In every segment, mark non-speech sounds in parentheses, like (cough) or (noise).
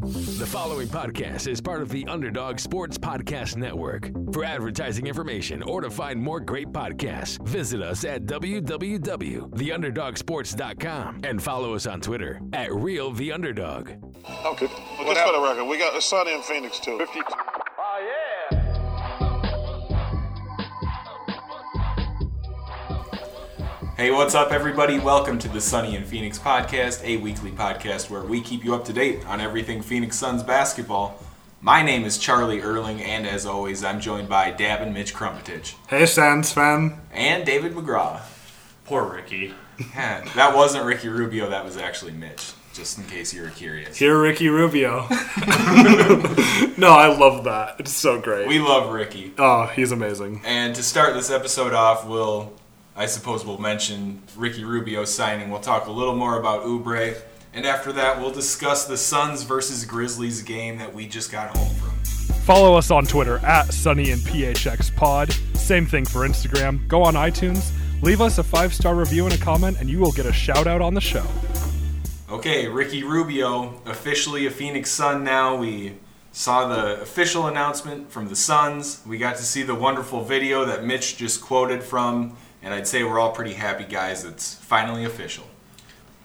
The following podcast is part of the Underdog Sports Podcast Network. For advertising information or to find more great podcasts, visit us at www.theunderdogsports.com and follow us on Twitter at Real The Underdog. Okay. But just for the record, we got the sun in Phoenix too. 50. Hey, what's up, everybody? Welcome to the Sunny and Phoenix podcast, a weekly podcast where we keep you up to date on everything Phoenix Suns basketball. My name is Charlie Erling, and as always, I'm joined by Dab and Mitch Crumpetich Hey, Sans fan. and David McGraw. Poor Ricky. Yeah, that wasn't Ricky Rubio, that was actually Mitch, just in case you were curious. Dear Ricky Rubio. (laughs) no, I love that. It's so great. We love Ricky. oh, he's amazing. And to start this episode off, we'll, I suppose, we'll mention Ricky Rubio signing. We'll talk a little more about Ubre, and after that, we'll discuss the Suns versus Grizzlies game that we just got home from. Follow us on Twitter at Sunny and PHX Pod. Same thing for Instagram. Go on iTunes, leave us a five star review and a comment, and you will get a shout out on the show. Okay, Ricky Rubio, officially a Phoenix Sun now. We saw the official announcement from the Suns. We got to see the wonderful video that Mitch just quoted from, and I'd say we're all pretty happy, guys. It's finally official.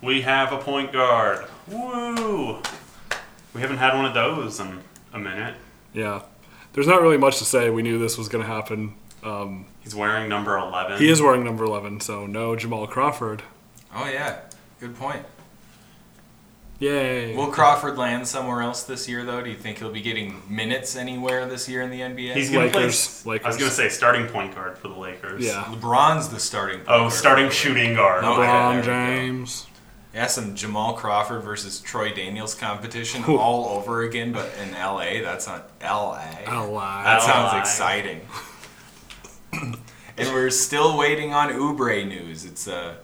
We have a point guard. Woo! We haven't had one of those in a minute. Yeah. There's not really much to say. We knew this was going to happen. Um, He's wearing number 11. he is wearing number 11, so no Jamal Crawford. Oh, yeah, good point. Yay. Will Crawford land somewhere else this year, though? Do you think he'll be getting minutes anywhere this year in the NBA? He's gonna Lakers, play. Lakers. I was gonna say starting point guard for the Lakers. Yeah. LeBron's the starting. Oh, starting shooter. shooting guard. No. LeBron Okay, there we go. James. Yeah, some Jamal Crawford versus Troy Daniels competition all over again, but in LA. That's not LA. Ally. That sounds LA. exciting. (clears throat) and we're still waiting on Ubre news. It's uh,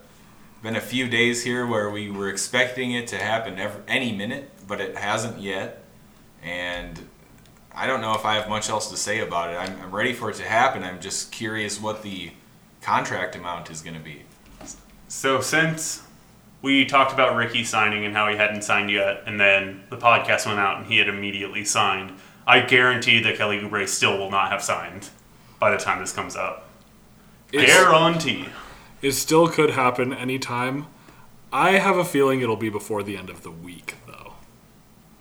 been a few days here where we were expecting it to happen ev any minute, but it hasn't yet. And I don't know if I have much else to say about it. I'm, I'm ready for it to happen. I'm just curious what the contract amount is going to be. So since we talked about Ricky signing and how he hadn't signed yet, and then the podcast went out and he had immediately signed, I guarantee that Kelly Oubre still will not have signed by the time this comes up. It's- Guarantee. It still could happen anytime. I have a feeling it'll be before the end of the week, though.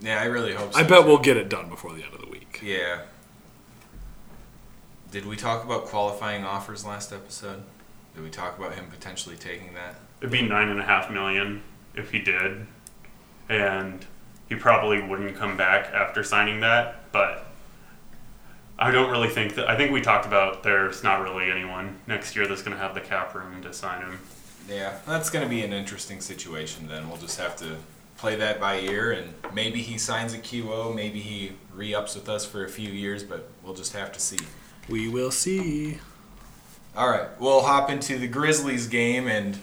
Yeah, I really hope so. I bet we'll get it done before the end of the week. Yeah. Did we talk about qualifying offers last episode? Did we talk about him potentially taking that? It'd be nine and a half million if he did, and he probably wouldn't come back after signing that. But I don't really think that. I think we talked about there's not really anyone next year that's going to have the cap room to sign him. Yeah, that's going to be an interesting situation then. We'll just have to play that by ear and maybe he signs a QO, maybe he re ups with us for a few years, but we'll just have to see. We will see. All right, we'll hop into the Grizzlies game, and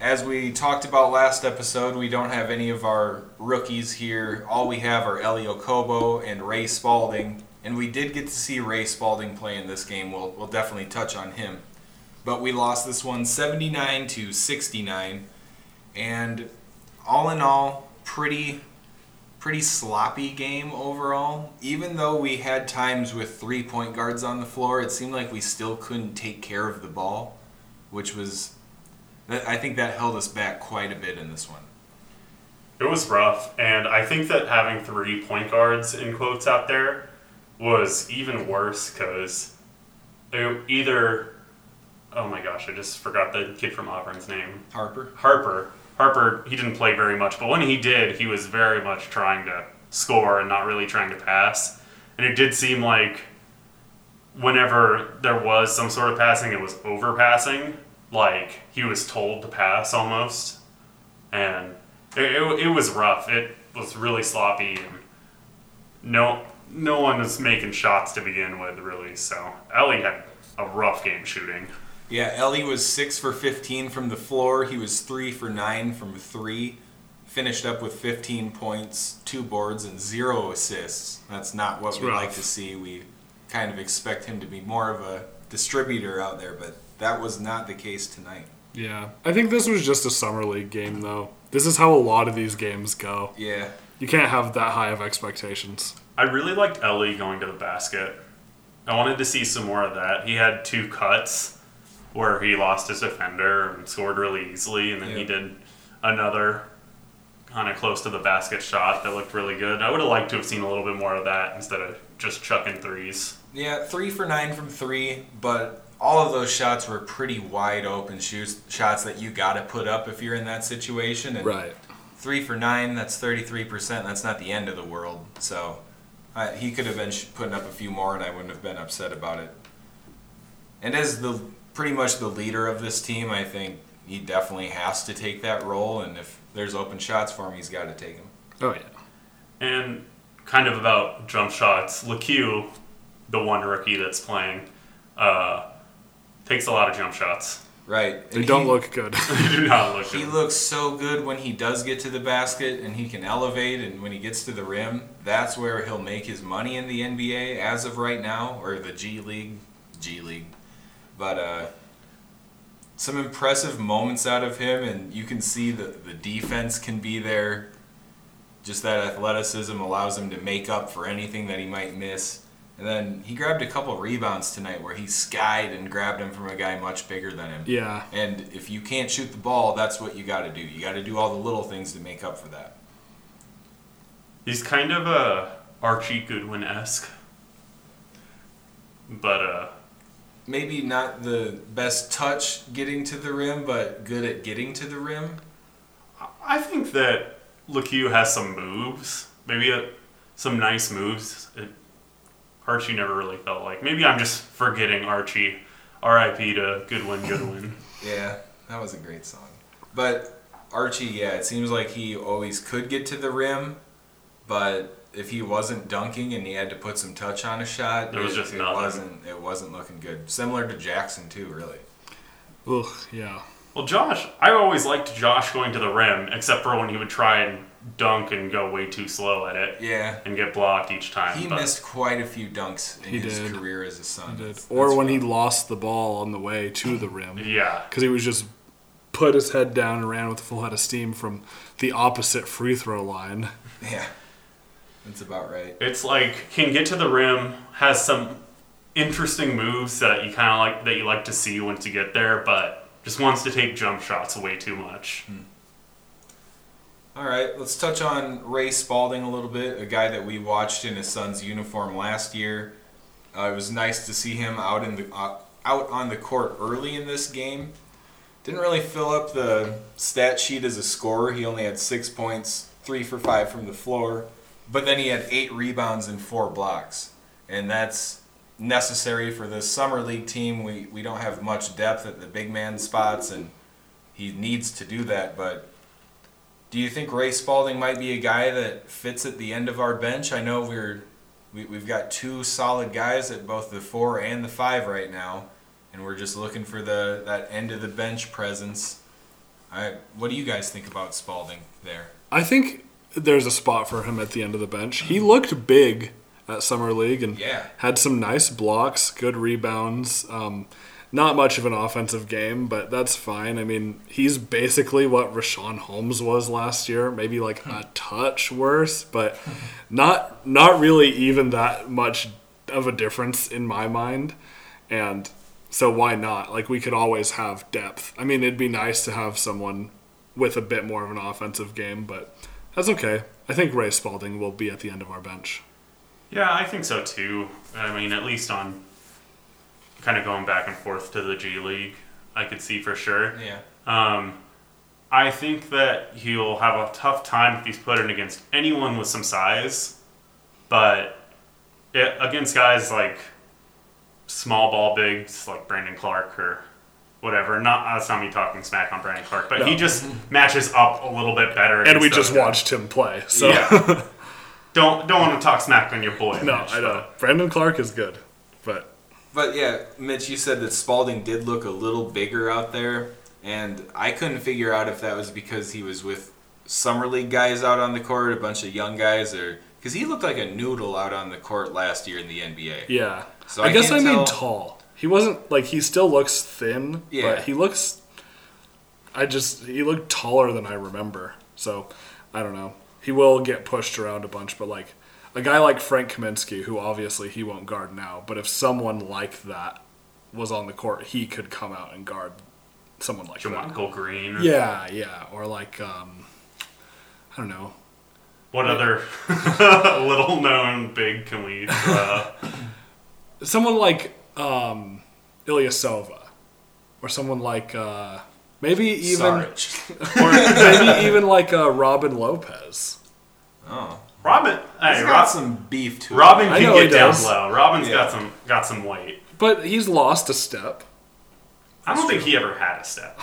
as we talked about last episode, we don't have any of our rookies here. All we have are Elio Kobo and Ray Spalding, and we did get to see Ray Spalding play in this game. We'll we'll definitely touch on him, but we lost this one 79 to 69, and all in all, pretty pretty sloppy game overall. Even though we had times with three point guards on the floor, it seemed like we still couldn't take care of the ball, which was, that- I think that held us back quite a bit in this one. It was rough, and I think that having three point guards in quotes out there was even worse because either. Oh my gosh, I just forgot the kid from Auburn's name. Harper. Harper. Harper, he didn't play very much, but when he did, he was very much trying to score and not really trying to pass. And it did seem like whenever there was some sort of passing, it was overpassing. Like he was told to pass almost, and it, it, it was rough. It was really sloppy, and no no one was making shots to begin with really. So Ellie had a rough game shooting. Yeah, Ellie was six for 15 from the floor. He was three for nine from three. Finished up with 15 points, two boards, and zero assists. That's not what we rough. like to see. We kind of expect him to be more of a distributor out there, but that was not the case tonight. Yeah. I think this was just a summer league game though. This is how a lot of these games go. Yeah. You can't have that high of expectations. I really liked Ellie going to the basket. I wanted to see some more of that. He had two cuts where he lost his defender and scored really easily, and then he Yeah. did another kind of close to the basket shot that looked really good. I would have liked to have seen a little bit more of that instead of just chucking threes. Yeah, three for nine from three, but all of those shots were pretty wide open shoots, shots that you got to put up if you're in that situation. And Right. Three for nine, that's 33%. That's not the end of the world. So I, he could have been sh- putting up a few more, and I wouldn't have been upset about it. And as the pretty much the leader of this team, I think he definitely has to take that role. And if there's open shots for him, he's got to take them. Oh yeah. And kind of about jump shots, LeCue, the one rookie that's playing, uh, takes a lot of jump shots. (laughs) Right. They And don't he- look good. (laughs) They do not look He good. looks so good when he does get to the basket and he can elevate and when he gets to the rim, that's where he'll make his money in the NBA as of right now or the G League, G League. But uh some impressive moments out of him and you can see the the defense can be there. Just that athleticism allows him to make up for anything that he might miss. And then he grabbed a couple rebounds tonight where he skied and grabbed him from a guy much bigger than him. yeah. And if you can't shoot the ball, that's what you got to do. You got to do all the little things to make up for that. He's kind of uh, Archie Goodwin esque, but uh, Maybe not the best touch getting to the rim, but good at getting to the rim. I think that LeCue has some moves, maybe uh some nice moves. It, Archie never really felt like. Maybe I'm just forgetting Archie. R.I.P. to Goodwin Goodwin. (laughs) Yeah, that was a great song. But Archie, yeah, it seems like he always could get to the rim, but if he wasn't dunking and he had to put some touch on a shot, There was it, just it nothing. wasn't it wasn't looking good. Similar to Jackson too, really. Ugh. Yeah. Well, Josh, I always liked Josh going to the rim, except for when he would try and dunk and go way too slow at it Yeah. and get blocked each time. He but- missed quite a few dunks in He his did. career as a son. Or when he lost the ball on the way to the rim Yeah, because he was just put his head down and ran with a full head of steam from the opposite free throw line. Yeah. That's about right. It's like can get to the rim, has some interesting moves that you kind of like that you like to see once you get there, but just wants to take jump shots way too much. All right, let's touch on Ray Spalding a little bit, a guy that we watched in his son's uniform last year. Uh, it was nice to see him out in the uh, out on the court early in this game. Didn't really fill up the stat sheet as a scorer. He only had six points, three for five from the floor, but then he had eight rebounds and four blocks, and that's necessary for this summer league team. We we don't have much depth at the big man spots, and he needs to do that, but. Do you think Ray Spalding might be a guy that fits at the end of our bench? I know we're we, we've got two solid guys at both the four and the five right now, and we're just looking for the that end of the bench presence. I what do you guys think about Spalding there? I think there's a spot for him at the end of the bench. He looked big at summer league and Yeah. had some nice blocks, good rebounds. Um, not much of an offensive game, but that's fine. I mean, he's basically what Rashawn Holmes was last year, maybe like a touch worse, but not not really even that much of a difference in my mind. And so why not? Like we could always have depth. I mean, it'd be nice to have someone with a bit more of an offensive game, but that's okay. I think Ray Spalding will be at the end of our bench. Yeah, I think so too. I mean, at least on kind of going back and forth to the G League, I could see for sure. Yeah. Um, I think that he'll have a tough time if he's put in against anyone with some size, but it, against guys like small ball bigs like Brandon Clark or whatever. Not that's not me talking smack on Brandon Clark, but he just matches up a little bit better. And we against just those guys. watched him play, so Yeah. don't don't want to talk smack on your boy. no, Mitch, I but- know. Brandon Clark is good, but But yeah, Mitch, you said that Spalding did look a little bigger out there, and I couldn't figure out if that was because he was with summer league guys out on the court, a bunch of young guys, or because he looked like a noodle out on the court last year in the NBA. yeah. So I, I guess I can't mean tell- tall. He wasn't like he still looks thin, Yeah. but he looks. I just he looked taller than I remember, so I don't know. he will get pushed around a bunch, but like a guy like Frank Kaminsky, who obviously he won't guard now, but if someone like that was on the court, he could come out and guard someone like that. Jermichael Green. or Yeah, yeah, or like um, I don't know, What other (laughs) little known big can we (laughs) uh, someone like um, Ilyasova, or someone like uh, maybe even Saric. or (laughs) maybe even like uh, Robin Lopez. Oh, Robin? he's Hey, got Rob, some beef to Robin him. I can know he get down does. low. Robin's Yeah. got some got some weight. But he's lost a step, (laughs) I don't think he ever had a step.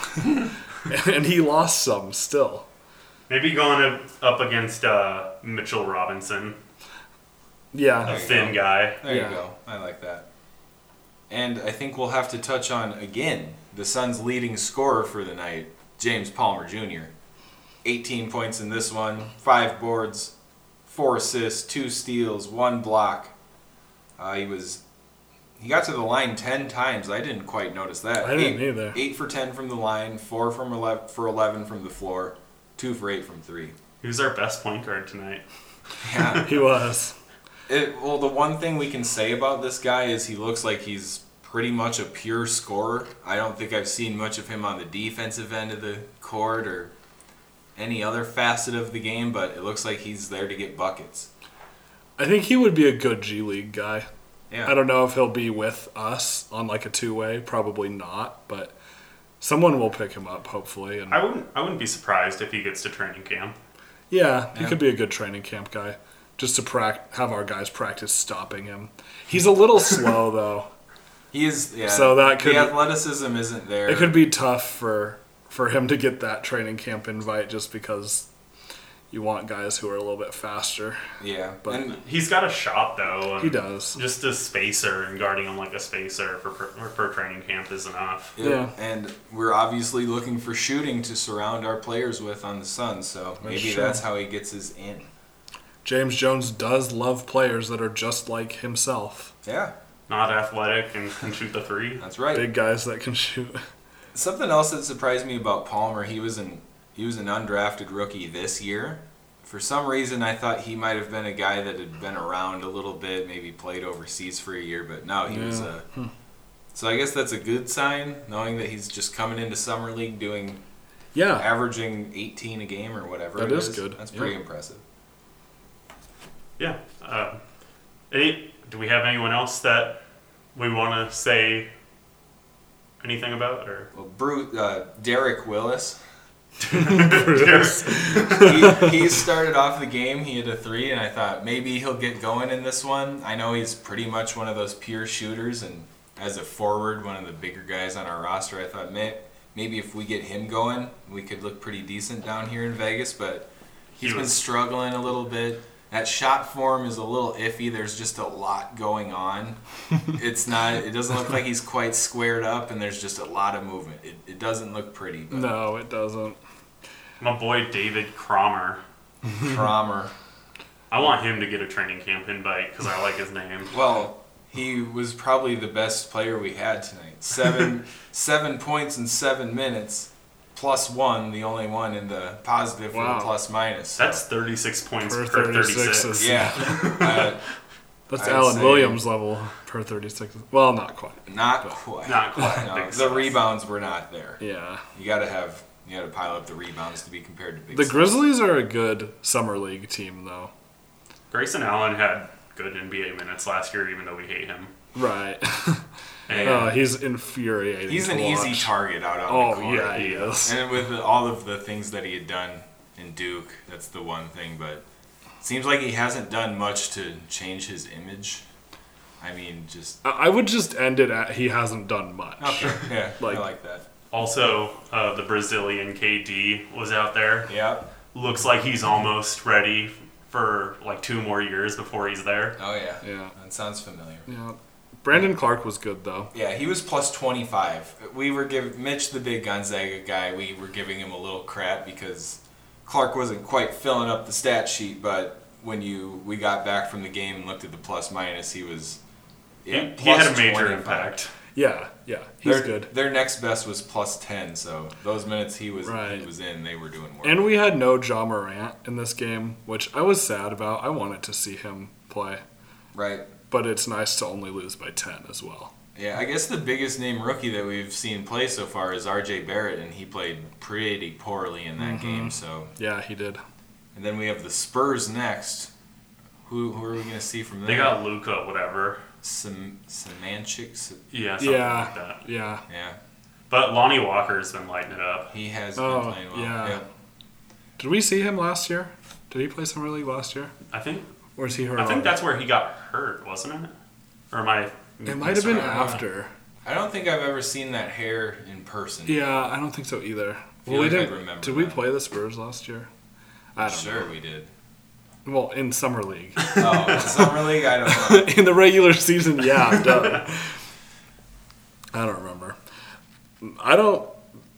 and he lost some still. Maybe going up- up against uh, Mitchell Robinson, Yeah, thin guy. There Yeah. you go. I like that. And I think we'll have to touch on again the Suns' leading scorer for the night, James Palmer Jr. 18 points in this one, five boards, four assists, two steals, one block. Uh, he was he got to the line 10 times. I didn't quite notice that. I didn't eight, either. 8 for 10 from the line, 4 from 11 for 11 from the floor, 2 for 8 from 3. Who's our best point guard tonight? Yeah. he was. It, well, the one thing we can say about this guy is he looks like he's pretty much a pure scorer. I don't think I've seen much of him on the defensive end of the court or any other facet of the game, but it looks like he's there to get buckets. I think he would be a good G League guy. Yeah. I don't know if he'll be with us on like a two way. Probably not, but someone will pick him up hopefully. And I wouldn't I wouldn't be surprised if he gets to training camp. yeah, he Yeah. could be a good training camp guy. Just to prac- have our guys practice stopping him. He's a (laughs) little slow though. He is yeah. So that could- the athleticism isn't there. It could be tough for for him to get that training camp invite just because you want guys who are a little bit faster. yeah. but- and He's got a shot though. and He does. Just a spacer and guarding him like a spacer for for, for training camp is enough. Yeah. And we're obviously looking for shooting to surround our players with on the Suns, so maybe sure. that's how he gets his in. James Jones does love players that are just like himself. Yeah, Not athletic and can shoot the three. that's right. Big guys that can shoot. (laughs) Something else that surprised me about Palmer, he was an he was an undrafted rookie this year. For some reason, I thought he might have been a guy that had been around a little bit, maybe played overseas for a year, but no, he was Yeah. Hmm. a. So I guess that's a good sign, knowing that he's just coming into summer league doing Yeah. averaging 18 a game or whatever. That it is good, That's yeah. pretty impressive. Yeah. Uh, any, do we have anyone else that we want to say anything about (laughs) or Well, Bruce, uh, Derek Willis, Derek- he, he started off the game. He had a three, and I thought maybe he'll get going in this one. I know he's pretty much one of those pure shooters, and as a forward, one of the bigger guys on our roster, I thought may, maybe if we get him going, we could look pretty decent down here in Vegas. But he's He been was- struggling a little bit. That shot form is a little iffy. There's just a lot going (laughs) on. It's not. It doesn't look like he's quite squared up, and there's just a lot of movement. It, it doesn't look pretty. (laughs) But No, it doesn't. my boy David Cromer? Cromer. I want him to get a training camp invite because I like his name. Well, he was probably the best player we had tonight. (laughs) Seven, seven points in seven minutes, plus one, the only one in the positive for Wow. the plus minus. So, That's 36 points Per per, 36 36. is- (laughs) yeah, uh, That's I'd Alan say- Williams level per 36. Well, not quite. not quite. Not quite. (laughs) No, Big the Sus. rebounds were not there. Yeah. You got to have you got to pile up the rebounds to be compared to big. The Sus. Grizzlies are a good summer league team, though. Grayson Allen had good NBA minutes last year, even though we hate him. Right. (laughs) And Oh, he's infuriating. He's to an easy watch. target out on the Oh court. yeah, he is. And with all of the things that he had done in Duke, that's the one thing. But it seems like he hasn't done much to change his image. I mean, just I- I would just end it at he hasn't done much. Oh, okay. (laughs) Yeah, Like- I like that. also, uh, the Brazilian KD was out there. Yeah. Looks like he's almost ready for like two more years before he's there. Oh yeah. Yeah. That sounds familiar. Yeah. Brandon Clark was good though. Yeah, he was plus 25. We were giving Mitch, the big Gonzaga guy, we were giving him a little crap because Clark wasn't quite filling up the stat sheet. But when you we got back from the game and looked at the plus minus, he was He, yeah, he had a plus major 25. impact. Yeah, yeah, he's their, good. Their next best was plus ten, so those minutes he was Right. he was in, they were doing work. And we had no Ja Morant in this game, which I was sad about. I wanted to see him play, right. but it's nice to only lose by 10 as well. Yeah, I guess the biggest name rookie that we've seen play so far is R.J. Barrett, and he played pretty poorly in Mm-hmm. that game. So, Yeah, he did. and then we have the Spurs next. Who, who are we gonna see from there? They got Luca, whatever. Sem- Semanchik. Se- Yeah, something Yeah. like that. Yeah. yeah, But Lonnie Walker's been lighting it up. he has Oh, been playing well. yeah. Yep. Did we see him last year? Did he play summer league last year? I think Or is he hurt? I think already? that's where he got hurt, wasn't it? Or am I? it might have been Sorry. after. I don't think I've ever seen that hair in person. Yeah, I don't think so either. feel Well, we like I didn't. remember did we that. play the Spurs last year? I don't sure we did. know. Well, in summer league, (laughs) Oh, (laughs) in summer league, I don't know. in the regular season, yeah, (laughs) duh. I don't remember. I don't.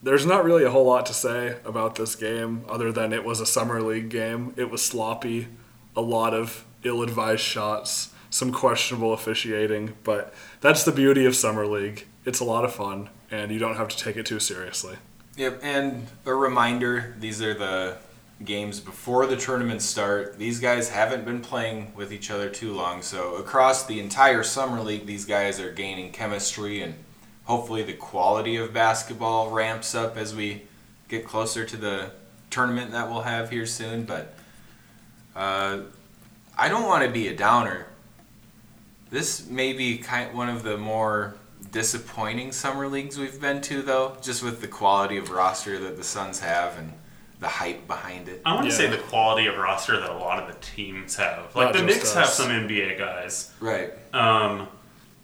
There's not really a whole lot to say about this game other than it was a summer league game. It was sloppy, a lot of ill-advised shots, some questionable officiating, but that's the beauty of summer league. It's a lot of fun, and you don't have to take it too seriously. Yep, and a reminder: these are the games before the tournaments start. These guys haven't been playing with each other too long, so across the entire summer league, these guys are gaining chemistry, and hopefully, the quality of basketball ramps up as we get closer to the tournament that we'll have here soon. But uh, I don't want to be a downer. This may be kind one of the more disappointing summer leagues we've been to though, just with the quality of roster that the Suns have and the hype behind it. I want to Yeah. say the quality of roster that a lot of the teams have. Not Like the just Knicks have us. some NBA guys. Right. Um,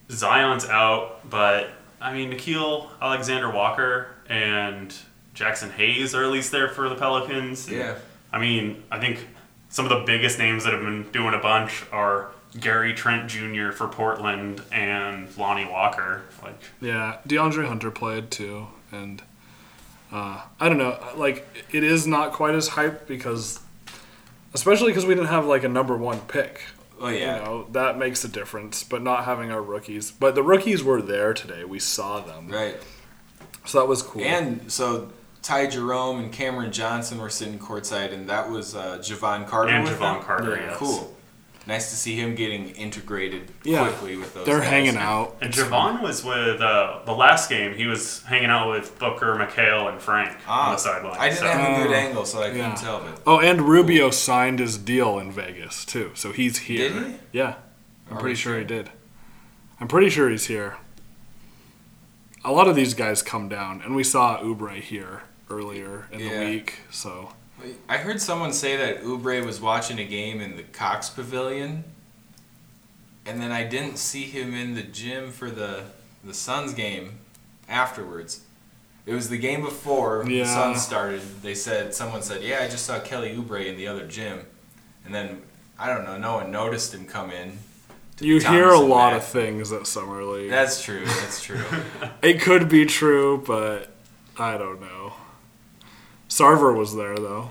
Zion's out, but I mean Nikhil Alexander Walker and Jackson Hayes are at least there for the Pelicans. Yeah. I mean, I think some of the biggest names that have been doing a bunch are Gary Trent Jr. for Portland and Lonnie Walker. Like, Yeah, DeAndre Hunter played too, and uh, I don't know. Like, it is not quite as hyped because, especially because we didn't have like a number one pick. Oh yeah. You know that makes a difference, but not having our rookies. But the rookies were there today. We saw them, Right. so that was cool. And so Ty Jerome and Cameron Johnson were sitting courtside and that was uh Javon Carter. and with Javon them? Carter. Yeah, yes. Cool. Nice to see him getting integrated Yeah. quickly with those. they're guys. hanging out. And Javon was with uh, the last game. He was hanging out with Booker, McHale, and Frank on Ah, the sideline. I didn't so- Oh. have a good angle, so I couldn't Yeah. tell. But Oh, and Rubio signed his deal in Vegas too, so he's here. Did he? Yeah, I'm Are Oh, pretty we sure he did. I'm pretty sure he's here. A lot of these guys come down, and we saw Ubre here earlier in Yeah. the week. So I heard someone say that Ubre was watching a game in the Cox Pavilion, and then I didn't see him in the gym for the the Suns game afterwards. It was the game before the Yeah. Suns started. They said someone said, "Yeah, I just saw Kelly Oubre in the other gym," and then I don't know. No one noticed him come in. to you the hear a Thompson lot mat. of things at summer league. That's true. That's true. it could be true, but I don't know. Sarver was there though.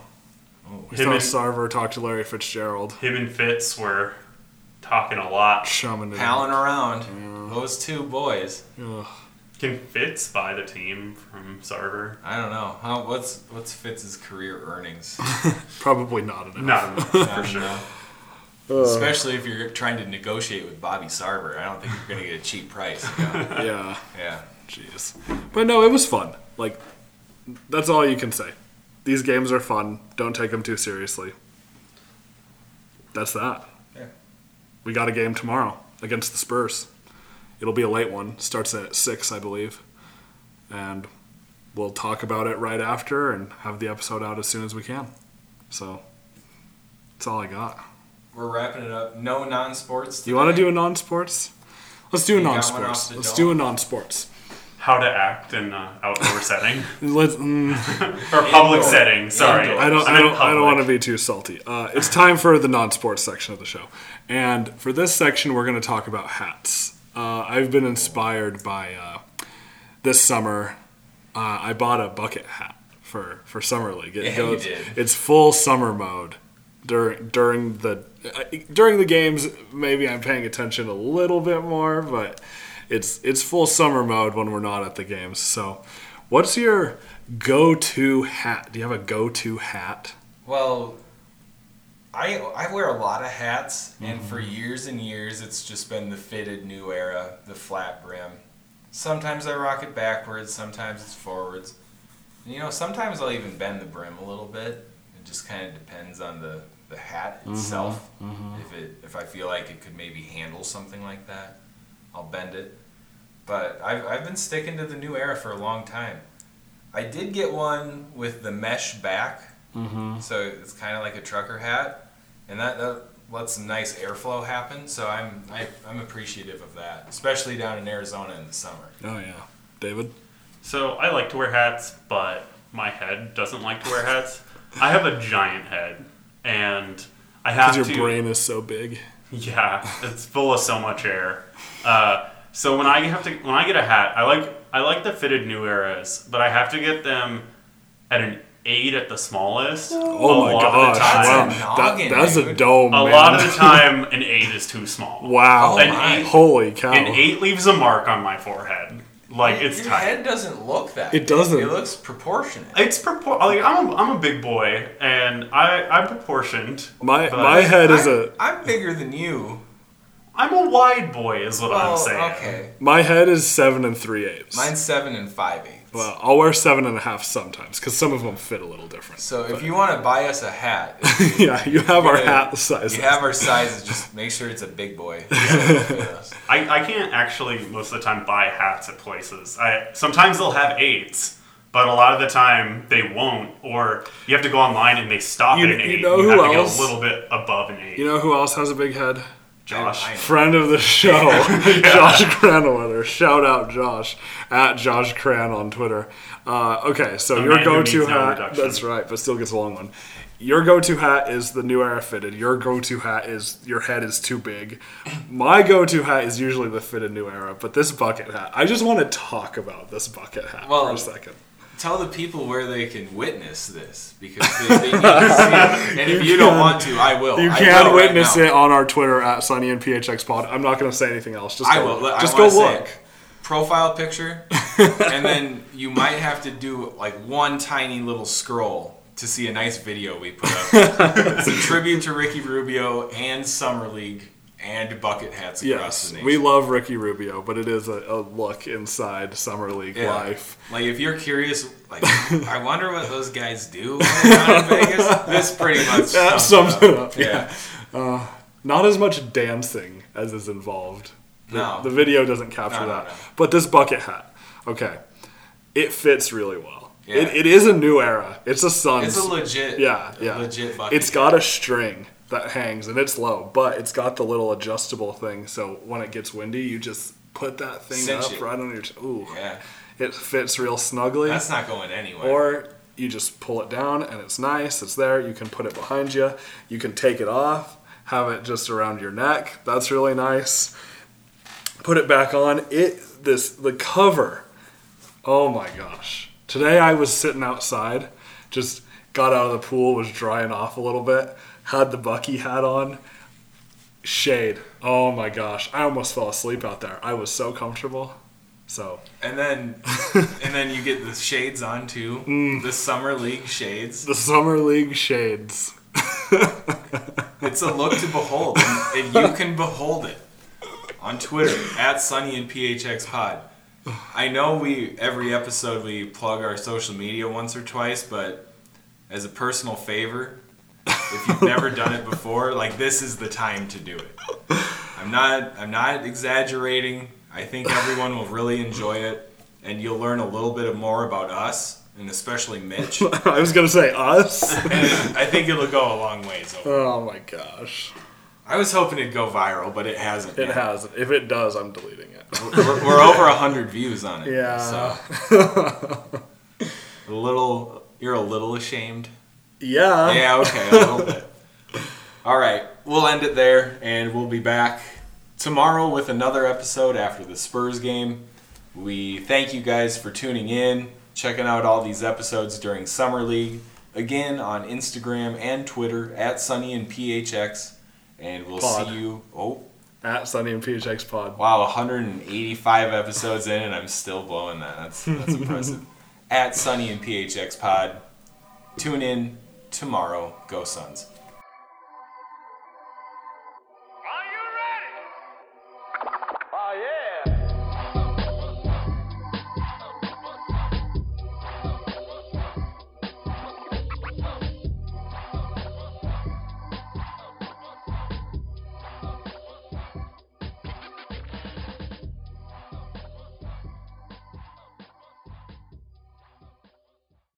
We Oh, Him saw and- Sarver talk to Larry Fitzgerald, Him and Fitz were talking a lot. shaman. Palling around those two boys. Can Fitz buy the team from Sarver? I don't know. How, what's what's Fitz's career earnings? Probably not enough. Not enough, for sure. Especially if you're trying to negotiate with Bobby Sarver, I don't think you're going to get a cheap price. you (laughs) know? (laughs) Yeah. yeah. Jeez. But no, it was fun. Like, that's all you can say. These games are fun. Don't take them too seriously. That's that. Yeah. We got a game tomorrow against the Spurs. It'll be a late one. Starts at 6, I believe. And we'll talk about it right after and have the episode out as soon as we can. So, that's all I got. We're wrapping it up. No non-sports. You want to today. do a non sports? Let's do a You got one non off sports. the Let's dome. do a non sports. (laughs) How to act in an outdoor setting. Let's. mm. Or public Indoor. setting, sorry. Indoor. I don't, I'm I in don't, I don't public. want to be too salty. Uh, it's time for the non sports section of the show. And for this section, we're going to talk about hats. Uh, I've been inspired by uh, this summer. Uh, I bought a bucket hat for, for Summer League. It Yeah, you did. It's full summer mode during, during, the, uh, during the games. Maybe I'm paying attention a little bit more, but it's it's full summer mode when we're not at the games. So, what's your go-to hat? Do you have a go-to hat? Well, I I wear a lot of hats, and for years and years, it's just been the fitted new era, the flat brim. Sometimes I rock it backwards, sometimes it's forwards. And, you know, sometimes I'll even bend the brim a little bit. It just kind of depends on the, the hat itself. If it if I feel like it could maybe handle something like that, I'll bend it. But I've I've been sticking to the new era for a long time. I did get one with the mesh back, so it's kind of like a trucker hat, and that, that lets some nice airflow happen. So I'm I, I'm appreciative of that, especially down in Arizona in the summer. Oh yeah, David. So I like to wear hats, but my head doesn't like to wear hats. I have a giant head, and I have Because your to. brain is so big. Yeah, it's full of so much air. Uh, so when I have to, when I get a hat, I like I like the fitted new eras, but I have to get them at an eight at the smallest. Oh a my lot gosh! Of the time, That's a Wow, that, noggin, that's a dude. dome. A man. lot of the time, an eight is too small. (laughs) wow! Oh my. Holy cow! An eight leaves a mark on my forehead. Like it's Your tight. head doesn't look that. It big. doesn't. It looks proportionate. It's propor- like I'm a, I'm a big boy and I I'm proportioned. my but my head is a I'm bigger than you. I'm a wide boy is what Well, I'm saying. Oh, okay. my head is seven and three eighths. Mine's seven and five eighths. Well, I'll wear seven and a half sometimes because some of them fit a little different. (laughs) so if you want to buy us a hat, yeah, you have our Yeah. hat size. you have our sizes. Just make sure it's a big boy. That's I, I can't actually most of the time buy hats at places. I sometimes they'll have eights, but a lot of the time they won't. Or you have to go online and they stop You- at an you eight. know you who have else? to go a little bit above an eight. You know who else has a big head? Josh, I- Friend of the show, (laughs) (laughs) Josh Cranweather. Shout out Josh at Josh Cran on Twitter. Uh, okay, so The your man who go-to needs no hat. introduction. that's right, but still gets a long one. Your go-to hat is the new era fitted. Your go-to hat is your head is too big. My go-to hat is usually the fitted new era, but this bucket hat. I just want to talk about this bucket hat for Well, a second. Tell the people where they can witness this because they, they need to see it. And if you don't want to, I will. You oh, I can will right witness now. it on our Twitter at Sunny and PHX Pod. I'm not going to say anything else. Just I go, will. Look, I Just go wanna say look. it. Profile (laughs) picture, and then you might have to do like one tiny little scroll to see a nice video we put (laughs) up. it's a tribute to Ricky Rubio and Summer League and bucket hats across Yes, the nation. we love Ricky Rubio, but it is a, a look inside summer league Yeah. life. Like if you're curious, (laughs) like I wonder what those guys do down in Vegas. This pretty (laughs) much That sums sums it it up. up, Uh, Not as much dancing as is involved. The, No. the video doesn't capture No, no, that. no. But this bucket hat, okay, it fits really well. Yeah. It, it is a new era. It's a sun. It's a legit, Yeah, a yeah. legit bucket. It's got a string that hangs and it's low, but it's got the little adjustable thing. So when it gets windy, you just put that thing Cinch up it. right on your. T- Ooh, Yeah. it fits real snugly. That's not going anywhere. or you just pull it down and it's nice. It's there. You can put it behind you. You can take it off, have it just around your neck. That's really nice. Put it back on. It this the cover. Oh my gosh. Today I was sitting outside, just got out of the pool, was drying off a little bit, had the Bucky hat on. Shade. Oh my gosh. I almost fell asleep out there. I was so comfortable. So (laughs) and then and then you get the shades on too. Mm. The summer league shades. the summer league shades. It's a look to behold, and and you can behold it on Twitter at Sunny and PHX Pod. I know we every episode we plug our social media once or twice, but as a personal favor, if you've never done it before, like this is the time to do it. I'm not I'm not exaggerating. I think everyone will really enjoy it, and you'll learn a little bit more about us, and especially Mitch. And (laughs) I was gonna say us. I think it'll go a long ways. Over. oh my gosh, I was hoping it'd go viral, but it hasn't. it yet. has. If it does, I'm deleting it. (laughs) we're, we're over 100 views on it. Yeah. So. a little, you're a little ashamed. Yeah. Yeah, okay, a little bit. All right, we'll end it there, and we'll be back tomorrow with another episode after the Spurs game. We thank you guys for tuning in, checking out all these episodes during Summer League. Again, on Instagram and Twitter at Sunny and PHX, and we'll Pod. see you. Oh, at Sunny and PHX Pod. Wow, 185 episodes in, and I'm still blowing that. That's that's impressive. At Sunny and PHX Pod. Tune in tomorrow. Go Suns.